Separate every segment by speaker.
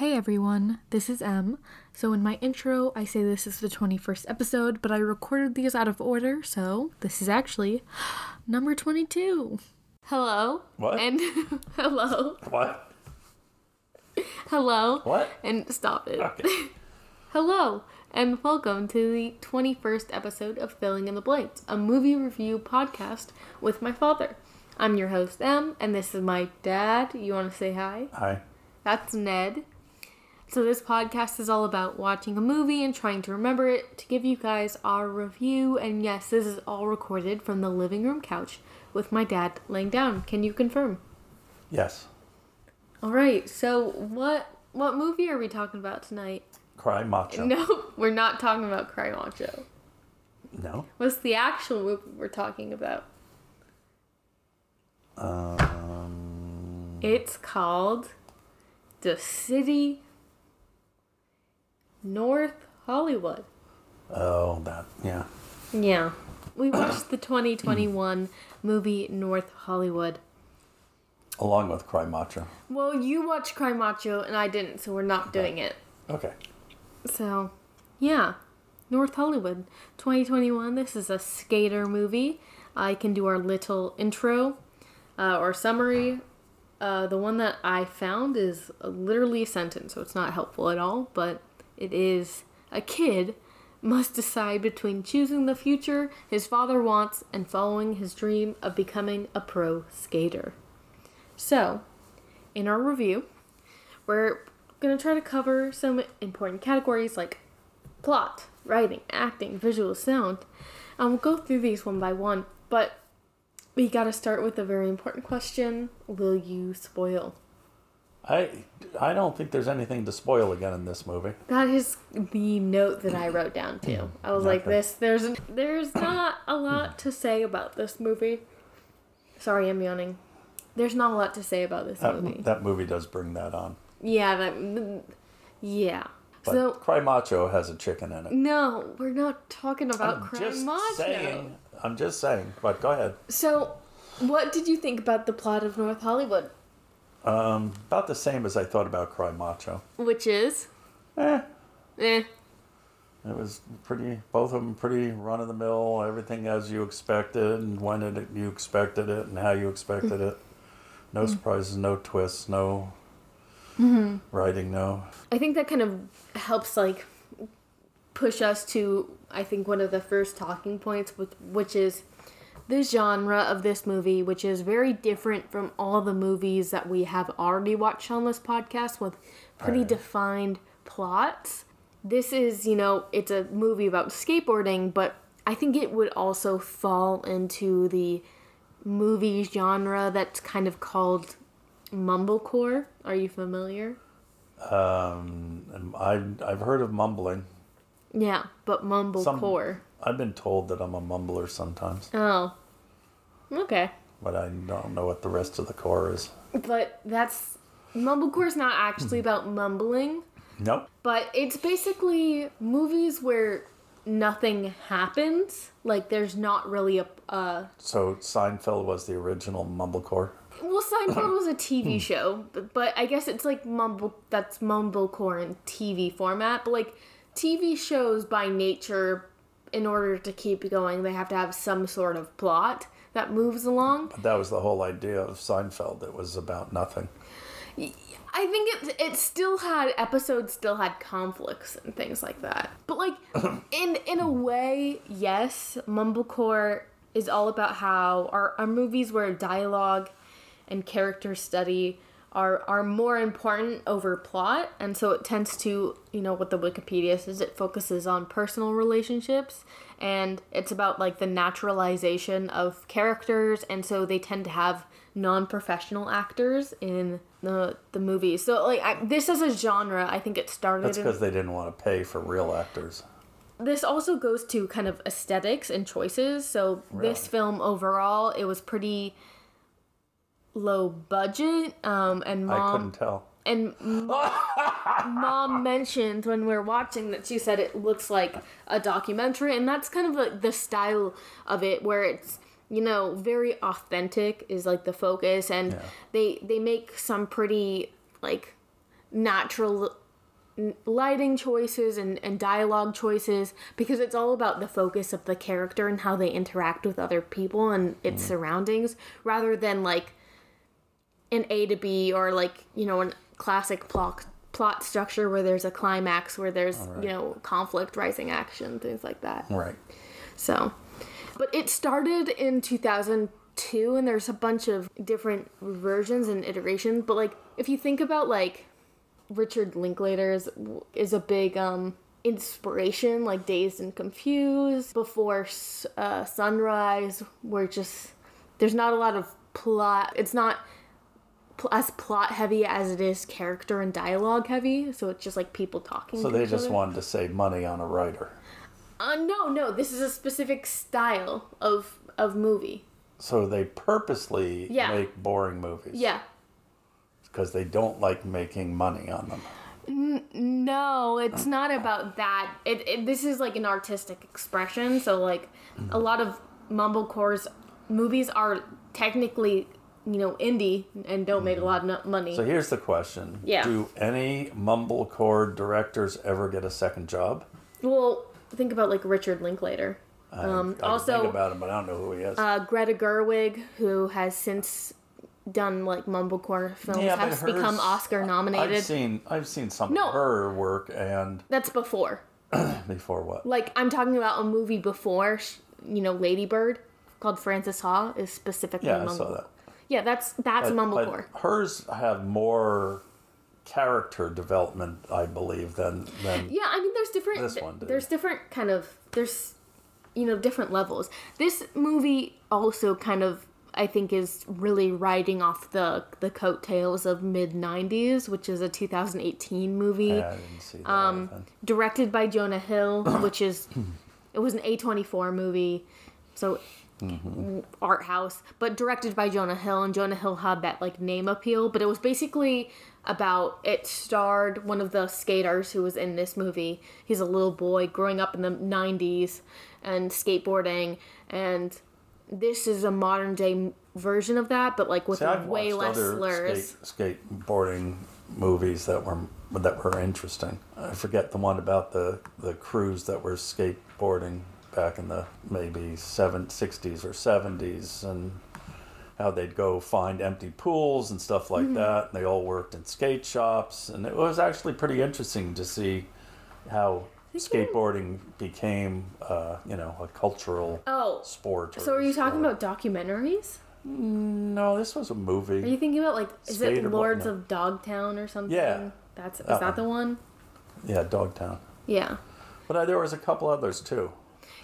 Speaker 1: everyone, this is M. So, in my intro, I say this is the 21st episode, but I recorded these out of order, so this is actually number 22.
Speaker 2: Hello.
Speaker 3: What?
Speaker 2: And hello.
Speaker 3: What?
Speaker 2: Hello.
Speaker 3: What?
Speaker 2: And stop it.
Speaker 3: Okay.
Speaker 2: Hello. And welcome to the 21st episode of Filling in the Blanks, a movie review podcast with my father. I'm your host, Em, and this is my dad. You want to say hi?
Speaker 3: Hi.
Speaker 2: That's Ned. So, this podcast is all about watching a movie and trying to remember it to give you guys our review. And yes, this is all recorded from the living room couch with my dad laying down. Can you confirm?
Speaker 3: Yes.
Speaker 2: All right. So, what what movie are we talking about tonight?
Speaker 3: Cry macho.
Speaker 2: No, we're not talking about Cry Macho.
Speaker 3: No?
Speaker 2: What's the actual movie we're talking about?
Speaker 3: Um.
Speaker 2: It's called The City North Hollywood.
Speaker 3: Oh, that. Yeah.
Speaker 2: Yeah. We watched the 2021 movie North Hollywood.
Speaker 3: Along with cry macho.
Speaker 2: Well, you watched Cry Macho and I didn't, so we're not doing it.
Speaker 3: Okay.
Speaker 2: So, yeah. North Hollywood 2021. This is a skater movie. I can do our little intro uh, or summary. Uh, the one that I found is literally a sentence, so it's not helpful at all, but it is a kid must decide between choosing the future his father wants and following his dream of becoming a pro skater. So, in our review, we're going to try to cover some important categories like plot, writing, acting, visual, sound. Um, we'll go through these one by one, but we got to start with a very important question Will you spoil?
Speaker 3: I I don't think there's anything to spoil again in this movie.
Speaker 2: That is the note that I wrote down too. I was like,
Speaker 3: Okay.
Speaker 2: this, there's, there's not a lot to say about this movie. Sorry, I'm yawning. There's not a lot to say about this
Speaker 3: That,
Speaker 2: movie.
Speaker 3: that movie does bring that on.
Speaker 2: Yeah, that, yeah.
Speaker 3: But
Speaker 2: so
Speaker 3: cry macho has a chicken in it.
Speaker 2: No, we're not talking about crime
Speaker 3: just
Speaker 2: macho.
Speaker 3: saying. I'm just saying. But go ahead.
Speaker 2: So, what did you think about the plot of North Hollywood?
Speaker 3: Um, about the same as I thought about cry macho.
Speaker 2: Which is,
Speaker 3: Eh.
Speaker 2: eh,
Speaker 3: It was pretty. Both of them pretty run of the mill. Everything as you expected, and when it, you expected it, and how you expected it. No surprises, no twists, no Mm-hmm. writing, no.
Speaker 2: I think that kind of helps like push us to I think one of the first talking points with which is the genre of this movie which is very different from all the movies that we have already watched on this podcast with pretty
Speaker 3: Right.
Speaker 2: defined plots. This is, you know, it's a movie about skateboarding, but I think it would also fall into the movie genre that's kind of called mumblecore. Are you familiar?
Speaker 3: Um, I I've heard of mumbling.
Speaker 2: Yeah, but
Speaker 3: Some-
Speaker 2: mumblecore.
Speaker 3: I've been told that I'm a mumbler sometimes,
Speaker 2: Oh. Okay.
Speaker 3: but I don't know what the rest of the core is.
Speaker 2: But that's mumblecore is not actually about mumbling,
Speaker 3: Nope.
Speaker 2: but it's basically movies where nothing happens. Like there's not really a uh
Speaker 3: So Seinfeld was the original mumblecore.
Speaker 2: well Seinfeld was a TV show, but, but I guess it's like mumble that's mumblecore in TV format, but like TV shows by nature in order to keep going, they have to have some sort of plot that moves along.
Speaker 3: But that was the whole idea of Seinfeld. It was about nothing.
Speaker 2: I think it it still had episodes still had conflicts and things like that. But like in in a way, yes, Mumblecore is all about how our, our movies where dialogue and character study are are more important over plot and so it tends to you know what the wikipedia says it focuses on personal relationships and it's about like the naturalization of characters and so they tend to have non-professional actors in the the movies so like I, this is a genre i think it started
Speaker 3: That's
Speaker 2: in-
Speaker 3: because they didn't want to pay for real actors.
Speaker 2: this also goes to kind of aesthetics and choices. So this film overall, it was pretty low budget. Um, and
Speaker 3: I
Speaker 2: mom
Speaker 3: couldn't tell.
Speaker 2: and m- mom mentioned when we were watching that she said it looks like a documentary, and that's kind of like the style of it, where it's you know very authentic is like the focus, and
Speaker 3: Yeah.
Speaker 2: they they make some pretty like natural n- lighting choices and, and dialogue choices because it's all about the focus of the character and how they interact with other people and its surroundings rather than like an A to B or like you know an classic plot plot structure where there's a climax where there's you know conflict rising action things like that
Speaker 3: Right.
Speaker 2: so, but it started in 2002, and there's a bunch of different versions and iterations. But like, if you think about like Richard Linklater is, is a big um inspiration, like Dazed and Confused, before S- uh, Sunrise, where just there's not a lot of plot. It's not pl- as plot heavy as it is character and dialogue heavy so it's just like people talking
Speaker 3: So
Speaker 2: to
Speaker 3: they
Speaker 2: each
Speaker 3: just
Speaker 2: other.
Speaker 3: wanted to save money on a writer.
Speaker 2: Uh, no, no. This is a specific style of of movie.
Speaker 3: So they purposely
Speaker 2: Yeah.
Speaker 3: make boring movies.
Speaker 2: Yeah.
Speaker 3: Because they don't like making money on them.
Speaker 2: No, it's not about that. It, it this is like an artistic expression. So like,
Speaker 3: Mm-hmm.
Speaker 2: a lot of mumblecore's movies are technically you know indie and don't make a lot of no- money.
Speaker 3: Mm-hmm. So here's the question.
Speaker 2: Yeah.
Speaker 3: Do any mumblecore directors ever get a second job?
Speaker 2: well, think about like Richard Linklater. Um,
Speaker 3: I can
Speaker 2: also,
Speaker 3: think about him, but I don't know who he is.
Speaker 2: uh, Greta Gerwig, who has since done like mumblecore films,
Speaker 3: Yeah, but
Speaker 2: has become
Speaker 3: hers-
Speaker 2: Oscar
Speaker 3: I've
Speaker 2: nominated.
Speaker 3: seen I've seen some
Speaker 2: No.
Speaker 3: of her work and
Speaker 2: That's before.
Speaker 3: before what?
Speaker 2: like I'm talking about a movie before, sh- you know, Ladybird called Frances Ha is specifically
Speaker 3: Yeah, I
Speaker 2: mumble.
Speaker 3: saw that.
Speaker 2: Yeah, that's that's
Speaker 3: But-
Speaker 2: mumblecore.
Speaker 3: But hers have more character development, I believe, than than
Speaker 2: yeah, I mean there's different
Speaker 3: This one did.
Speaker 2: there's different kind of there's you know different levels. This movie also kind of I think is really riding off the the coattails of mid 90s, which is a 2018 movie.
Speaker 3: Yeah, I didn't see that.
Speaker 2: Um,
Speaker 3: I think.
Speaker 2: directed by Jonah Hill, which is it was an A24 movie, so
Speaker 3: Mm-hmm.
Speaker 2: art house, but directed by Jonah Hill, and Jonah Hill had that like name appeal, but it was basically about it starred one of the skaters who was in this movie. He's a little boy growing up in the 90s and skateboarding and this is a modern day m- version of that, but like with
Speaker 3: See, I've
Speaker 2: way less
Speaker 3: watched other
Speaker 2: slurs.
Speaker 3: Skate, skateboarding movies that were that were interesting. I forget the one about the the crews that were skateboarding back in the maybe seven sixties or seventies and how they'd go find empty pools and stuff like
Speaker 2: Mm-hmm.
Speaker 3: that. And they all worked in skate shops, and it was actually pretty interesting to see how skateboarding became, uh, you know, a cultural
Speaker 2: Oh,
Speaker 3: sport. or
Speaker 2: so are you talking
Speaker 3: sport.
Speaker 2: about documentaries?
Speaker 3: No, this was a movie.
Speaker 2: Are you thinking about like is
Speaker 3: Spade or
Speaker 2: it Lords
Speaker 3: whatnot.
Speaker 2: of Dogtown or something?
Speaker 3: Yeah.
Speaker 2: That's is
Speaker 3: That
Speaker 2: that the one?
Speaker 3: Yeah, Dogtown.
Speaker 2: Yeah.
Speaker 3: But uh, there was a couple others too.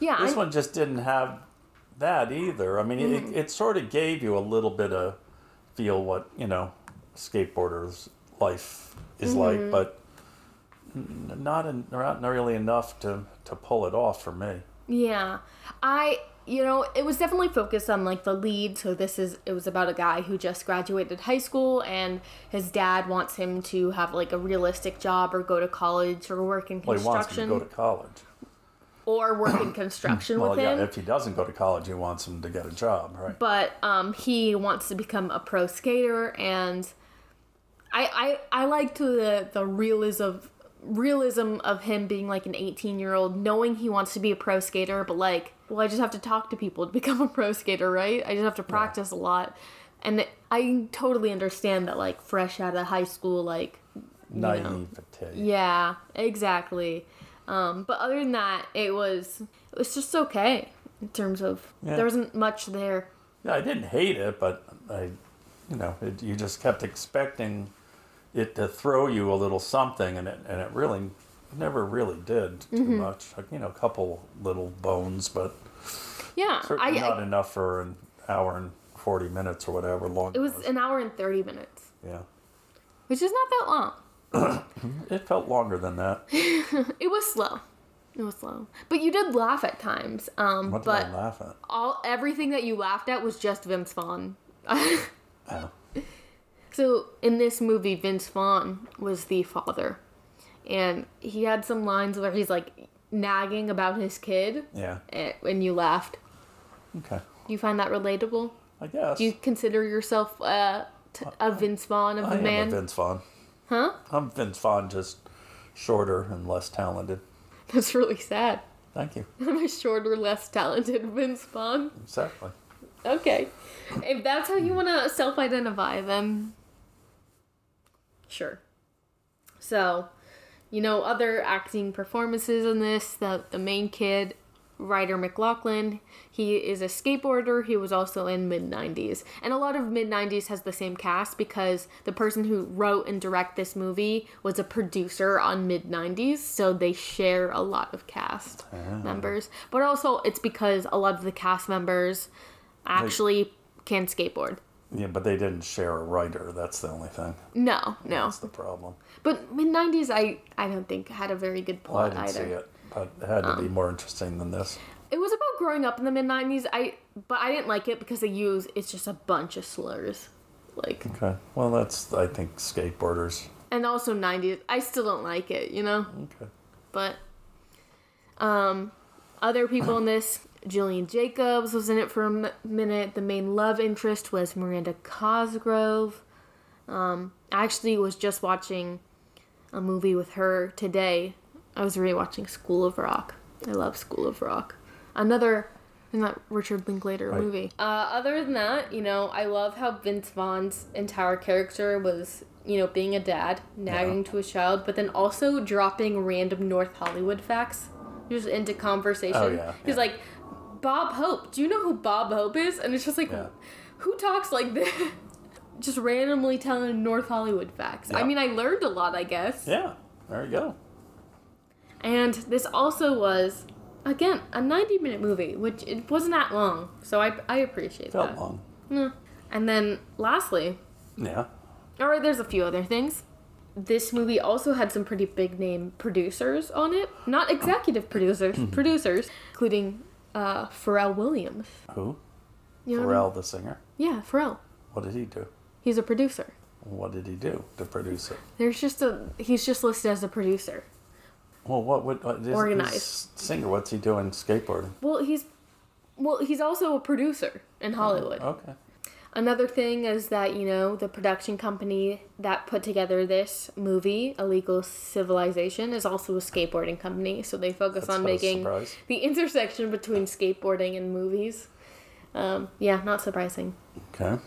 Speaker 2: Yeah.
Speaker 3: This
Speaker 2: I- Mm-hmm.
Speaker 3: one just didn't have that either. I mean, it, it sort of gave you a little bit of feel what you know skateboarders' life is
Speaker 2: Mm-hmm.
Speaker 3: like, but n- not in, not really enough to to pull it off for me.
Speaker 2: Yeah. I you know, it was definitely focused on like the lead, so this is it was about a guy who just graduated high school and his dad wants him to have like a realistic job or go to college or work in
Speaker 3: Well, he wants
Speaker 2: construction
Speaker 3: him to go to college.
Speaker 2: or work in construction
Speaker 3: Well,
Speaker 2: with
Speaker 3: yeah,
Speaker 2: him.
Speaker 3: if he doesn't go to college, he wants him to get a job, right?
Speaker 2: but um, he wants to become a pro skater and I I, I liked the the realism realism of him being like an 18 year old knowing he wants to be a pro skater but like well I just have to talk to people to become a pro skater right I just have to practice a lot and I totally understand that like fresh out of high school like
Speaker 3: Naivete.
Speaker 2: yeah exactly um, but other than that it was it was just okay in terms of
Speaker 3: Yeah.
Speaker 2: there wasn't much there
Speaker 3: Yeah, I didn't hate it, but I, you know, it, you just kept expecting it to throw you a little something, and it and it really never really did too
Speaker 2: Mm-hmm.
Speaker 3: much. Like, you know, a couple little bones, but
Speaker 2: Yeah, I,
Speaker 3: certainly not
Speaker 2: I
Speaker 3: enough for an hour and forty minutes or whatever long.
Speaker 2: it was an hour and thirty minutes,
Speaker 3: yeah.
Speaker 2: which is not that long.
Speaker 3: It felt longer than that.
Speaker 2: It was slow. It was slow, but you did laugh at times. Um,
Speaker 3: What did I
Speaker 2: but
Speaker 3: laugh at?
Speaker 2: all everything that you laughed at was just Vince Vaughn.
Speaker 3: Oh.
Speaker 2: So in this movie, Vince Vaughn was the father, and he had some lines where he's like nagging about his kid,
Speaker 3: Yeah.
Speaker 2: and, and you laughed.
Speaker 3: Okay.
Speaker 2: Do you find that relatable?
Speaker 3: I guess.
Speaker 2: Do you consider yourself uh, t- a Vince Vaughn of
Speaker 3: I
Speaker 2: a
Speaker 3: am
Speaker 2: man?
Speaker 3: a Vince Vaughn.
Speaker 2: Huh?
Speaker 3: I'm Vince Vaughn, just shorter and less talented.
Speaker 2: That's really sad.
Speaker 3: Thank you.
Speaker 2: I'm a shorter, less talented Vince Vaughn.
Speaker 3: Exactly.
Speaker 2: Okay. If that's how you want to self identify, then sure. So, you know, other acting performances in this, the, the main kid, Ryder McLaughlin, he is a skateboarder. He was also in mid 90s. And a lot of mid 90s has the same cast because the person who wrote and directed this movie was a producer on mid 90s. So they share a lot of cast members. But also, it's because a lot of the cast members actually can skateboard.
Speaker 3: Yeah, but they didn't share a writer. That's the only thing.
Speaker 2: No, no.
Speaker 3: That's the problem.
Speaker 2: But mid nineties, I I don't think had a very good
Speaker 3: Well, I
Speaker 2: plot
Speaker 3: didn't
Speaker 2: either. Um.
Speaker 3: see
Speaker 2: it.
Speaker 3: it, but it had to be more interesting than this.
Speaker 2: was about growing up in the mid nineties. I but I didn't like it because they use it's just a bunch of slurs, like
Speaker 3: Okay. Well, that's I think skateboarders.
Speaker 2: and also nineties. I still don't like it, you know.
Speaker 3: Okay.
Speaker 2: But um, other people in this, Jillian Jacobs was in it for a m- minute. The main love interest was Miranda Cosgrove. Um, I actually was just watching a movie with her today. I was rewatching School of Rock. I love School of Rock. Another in that Richard Linklater
Speaker 3: Right.
Speaker 2: movie. Uh, other than that, you know, I love how Vince Vaughn's entire character was, you know, being a dad, nagging to his child, but then also dropping random North Hollywood facts just into conversation.
Speaker 3: Oh, yeah,
Speaker 2: He's
Speaker 3: yeah.
Speaker 2: like, Bob Hope. Do you know who Bob Hope is? And it's just like,
Speaker 3: Yeah.
Speaker 2: who talks like this? just randomly telling North Hollywood facts. I
Speaker 3: Yeah.
Speaker 2: mean, I learned a lot, I guess.
Speaker 3: Yeah. There you go.
Speaker 2: And this also was, again, a 90 minute movie, which it wasn't that long. So I, I appreciate
Speaker 3: Felt
Speaker 2: that.
Speaker 3: long.
Speaker 2: Yeah. And then lastly,
Speaker 3: Yeah.
Speaker 2: all right, there's a few other things. This movie also had some pretty big name producers on it. Not executive producers, producers, including uh, Pharrell Williams.
Speaker 3: Who?
Speaker 2: You know what I mean?
Speaker 3: Pharrell, the singer.
Speaker 2: Yeah, Pharrell.
Speaker 3: What did he do?
Speaker 2: He's a producer.
Speaker 3: What did he do to produce it?
Speaker 2: There's just a he's just listed as a producer.
Speaker 3: Well, what would what, this,
Speaker 2: Organized.
Speaker 3: singer? What's he doing skateboarding?
Speaker 2: Well, he's well, he's also a producer in Hollywood.
Speaker 3: Okay.
Speaker 2: Another thing is that, you know, the production company that put together this movie, Illegal Civilization, is also a skateboarding company. So they focus
Speaker 3: That's
Speaker 2: on
Speaker 3: no
Speaker 2: making
Speaker 3: surprise.
Speaker 2: the intersection between skateboarding and movies. Um, yeah, not surprising.
Speaker 3: Okay.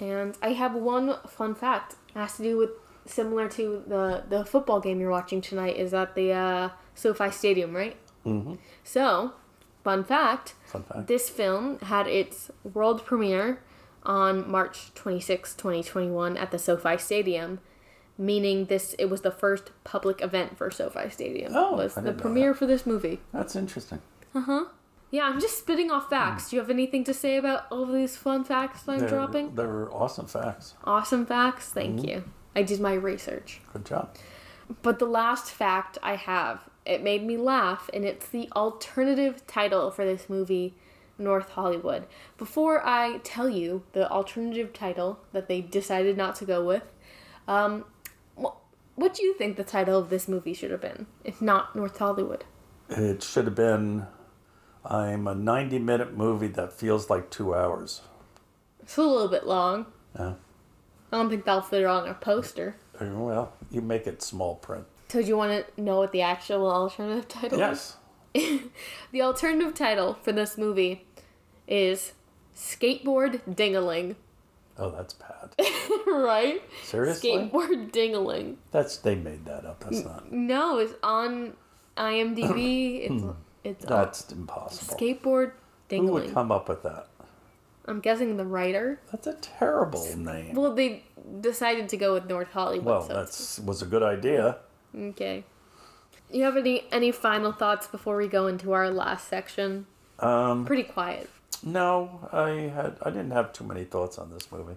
Speaker 2: And I have one fun fact. It has to do with similar to the the football game you're watching tonight is at the uh, SoFi Stadium, right? Mm-hmm. So, fun fact.
Speaker 3: Fun fact.
Speaker 2: This film had its world premiere on March 26, 2021 at the SoFi Stadium, meaning this it was the first public event for SoFi Stadium.
Speaker 3: Oh,
Speaker 2: was
Speaker 3: I
Speaker 2: the
Speaker 3: didn't know
Speaker 2: premiere for this movie.
Speaker 3: That's interesting.
Speaker 2: Yeah, I'm just spitting off
Speaker 3: Hmm.
Speaker 2: facts. Do you have anything to say about all these fun facts that I'm
Speaker 3: They're-
Speaker 2: dropping?
Speaker 3: They were awesome facts.
Speaker 2: Awesome facts. Thank you. I did my research.
Speaker 3: Good job.
Speaker 2: But the last fact I have, it made me laugh, and it's the alternative title for this movie, North Hollywood. Before I tell you the alternative title that they decided not to go with, um, wh- what do you think the title of this movie should have been, if not North Hollywood?
Speaker 3: It should have been. I'm a 90 minute movie that feels like two hours.
Speaker 2: It's a little bit long.
Speaker 3: Yeah. Uh,
Speaker 2: I don't think that'll fit on a poster.
Speaker 3: Well, you make it small print.
Speaker 2: So, do you want to know what the actual alternative title is?
Speaker 3: Yes.
Speaker 2: The alternative title for this movie is Skateboard Dingaling.
Speaker 3: Oh, that's bad.
Speaker 2: right?
Speaker 3: Seriously?
Speaker 2: Skateboard dingaling.
Speaker 3: That's they made that up. That's not.
Speaker 2: No, it's on IMDb. it's it's on
Speaker 3: That's impossible.
Speaker 2: skateboard
Speaker 3: Hmm. Who would
Speaker 2: dingaling.
Speaker 3: come up with that?
Speaker 2: I'm guessing the writer.
Speaker 3: That's a terrible name.
Speaker 2: Well, they decided to go with North Hollywood.
Speaker 3: Well,
Speaker 2: so it's-
Speaker 3: that's was a good idea.
Speaker 2: okay. You have any any final thoughts before we go into our last section?
Speaker 3: Hmm.
Speaker 2: Um, pretty quiet.
Speaker 3: No, I had I didn't have too many thoughts on this movie.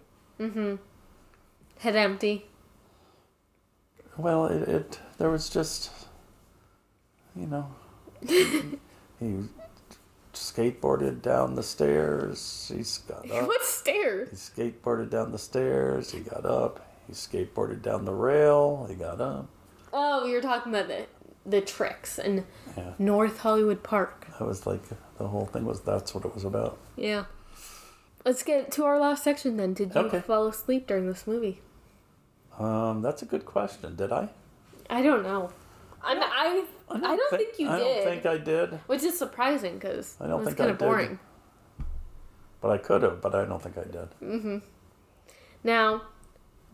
Speaker 2: Head empty.
Speaker 3: Well, it, it there was just, you know, he skateboarded down the stairs. He has got up.
Speaker 2: What stare?
Speaker 3: He skateboarded down the stairs. He got up. He skateboarded down the rail. He got up.
Speaker 2: Oh, you were talking about the the tricks in
Speaker 3: Yeah.
Speaker 2: North Hollywood Park.
Speaker 3: That was like the whole thing was that's what it was about.
Speaker 2: Yeah. Let's get to our last section then. Did you
Speaker 3: Okay.
Speaker 2: fall asleep during this movie?
Speaker 3: Um, that's a good question. Did I?
Speaker 2: I don't know. I'm, I I don't, think, you
Speaker 3: I
Speaker 2: did,
Speaker 3: don't think I did,
Speaker 2: which is surprising because
Speaker 3: I don't
Speaker 2: it's
Speaker 3: think
Speaker 2: kind
Speaker 3: I
Speaker 2: of
Speaker 3: did.
Speaker 2: boring.
Speaker 3: but I could have. But I don't think I did.
Speaker 2: Now,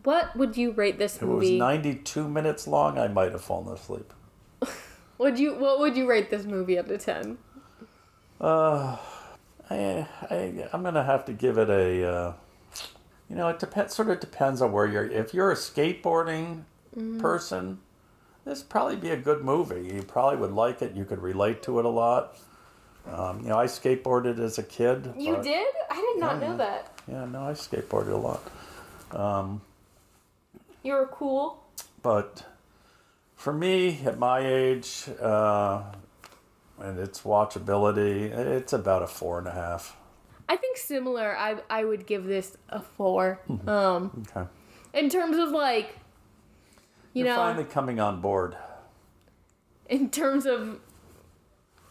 Speaker 2: what would you rate this
Speaker 3: If it was
Speaker 2: movie?
Speaker 3: 92 minutes long, I might have fallen asleep.
Speaker 2: Would you what would you rate this movie out of ten?
Speaker 3: I, I, I'm gonna have to give it a. Uh, you know, it depends. Sort of depends on where you're. If you're a skateboarding
Speaker 2: Mm-hmm.
Speaker 3: person, this would probably be a good movie. You probably would like it. You could relate to it a lot. Um, you know, I skateboarded as a kid.
Speaker 2: You
Speaker 3: but-
Speaker 2: did? I did not know that.
Speaker 3: Yeah, no, I skateboarded a lot.
Speaker 2: You were cool.
Speaker 3: but for me at my age uh, and its watchability it's about a four and a half
Speaker 2: I think similar. I I would give this a 4
Speaker 3: Mm-hmm.
Speaker 2: Um,
Speaker 3: okay
Speaker 2: in terms of like, you
Speaker 3: are
Speaker 2: know,
Speaker 3: finally coming on board
Speaker 2: in terms of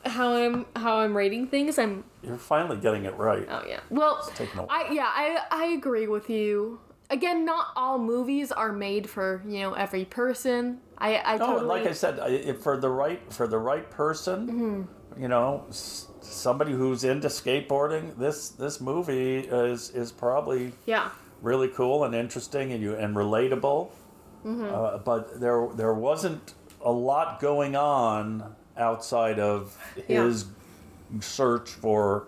Speaker 2: how I'm how I'm rating things. I'm
Speaker 3: you're finally getting it right
Speaker 2: oh yeah. Well,
Speaker 3: taking a-
Speaker 2: I yeah I I agree with you. Again, not all movies are made for you know every person. I I
Speaker 3: no
Speaker 2: totally
Speaker 3: like i said I- if for the right for the right person
Speaker 2: Mm-hmm.
Speaker 3: you know s- somebody who's into skateboarding this this movie is is probably
Speaker 2: yeah
Speaker 3: really cool and interesting and you and relatable.
Speaker 2: Mm-hmm.
Speaker 3: Uh, but there there wasn't a lot going on outside of
Speaker 2: Yeah.
Speaker 3: his search for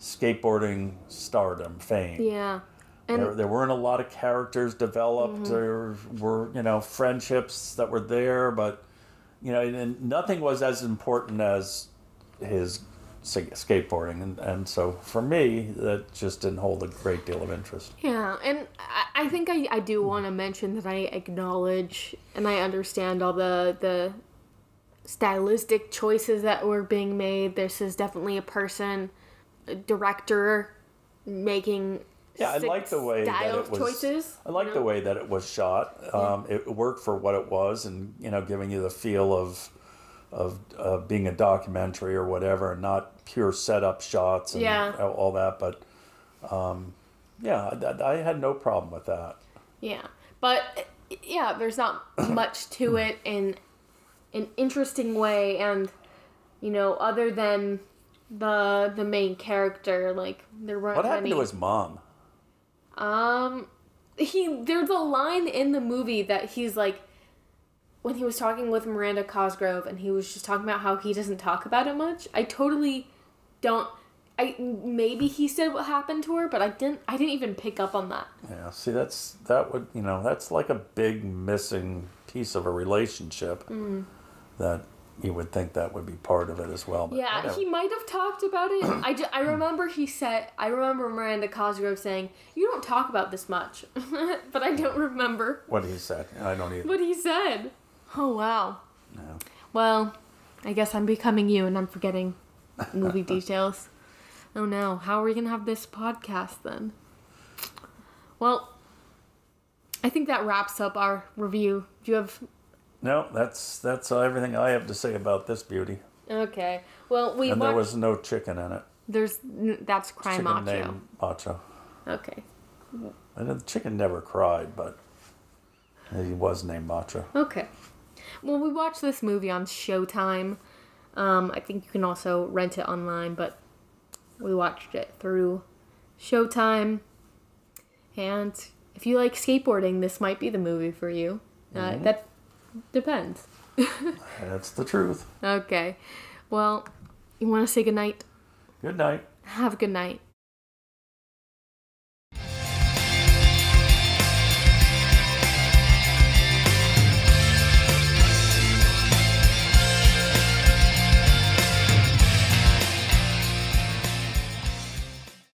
Speaker 3: skateboarding stardom fame.
Speaker 2: yeah and
Speaker 3: There, there weren't a lot of characters developed. There were, you know, friendships that were there, but you know, and, and nothing was as important as his sa- skateboarding, and, and so for me, that just didn't hold a great deal of interest.
Speaker 2: Yeah, and I, I think I, I do want to mention that I acknowledge and I understand all the the stylistic choices that were being made. This is definitely a person, a director, making
Speaker 3: Yeah, I
Speaker 2: sick
Speaker 3: like the way that
Speaker 2: style
Speaker 3: it was.
Speaker 2: choices.
Speaker 3: I like
Speaker 2: you know?
Speaker 3: the way that it was shot. Um, It worked for what it was, and you know, giving you the feel of of uh, being a documentary or whatever, and not pure setup shots and
Speaker 2: Yeah.
Speaker 3: all- all that. But um, yeah, I, I had no problem with that.
Speaker 2: Yeah, but uh, yeah, there's not much to it in an interesting way, and you know, other than the the main character, like there weren't
Speaker 3: What happened
Speaker 2: many.
Speaker 3: to his mom?
Speaker 2: Um, he there's a line in the movie that he's like, when he was talking with Miranda Cosgrove, and he was just talking about how he doesn't talk about it much. I totally don't. I maybe he said what happened to her, but I didn't. I didn't even pick up on that.
Speaker 3: Yeah, see, that's that would you know that's like a big missing piece of a relationship
Speaker 2: Mm.
Speaker 3: that you would think that would be part of it as well. But
Speaker 2: Yeah,
Speaker 3: whatever.
Speaker 2: he might have talked about it. I, ju- I remember he said. I remember Miranda Cosgrove saying, "You don't talk about this much," but I don't remember
Speaker 3: what he said, I don't even.
Speaker 2: what he said. Oh wow.
Speaker 3: know.
Speaker 2: Well, I guess I'm becoming you and I'm forgetting movie details. Oh no, how are we gonna have this podcast then? Well, I think that wraps up our review. Do you have.
Speaker 3: No, that's that's everything I have to say about this beauty.
Speaker 2: Okay. Well, we
Speaker 3: And
Speaker 2: watched.
Speaker 3: there was no chicken in it.
Speaker 2: There's. That's Cry
Speaker 3: Chicken
Speaker 2: Macho.
Speaker 3: named Macho.
Speaker 2: Okay.
Speaker 3: And the chicken never cried, but he was named Macho.
Speaker 2: Okay. Well, we watched this movie on Showtime. Um, I think you can also rent it online, but we watched it through Showtime. And if you like skateboarding, this might be the movie for you. Uh, that depends.
Speaker 3: That's the truth.
Speaker 2: Okay. Well, you want to say goodnight?
Speaker 3: Good night.
Speaker 2: Have a good night.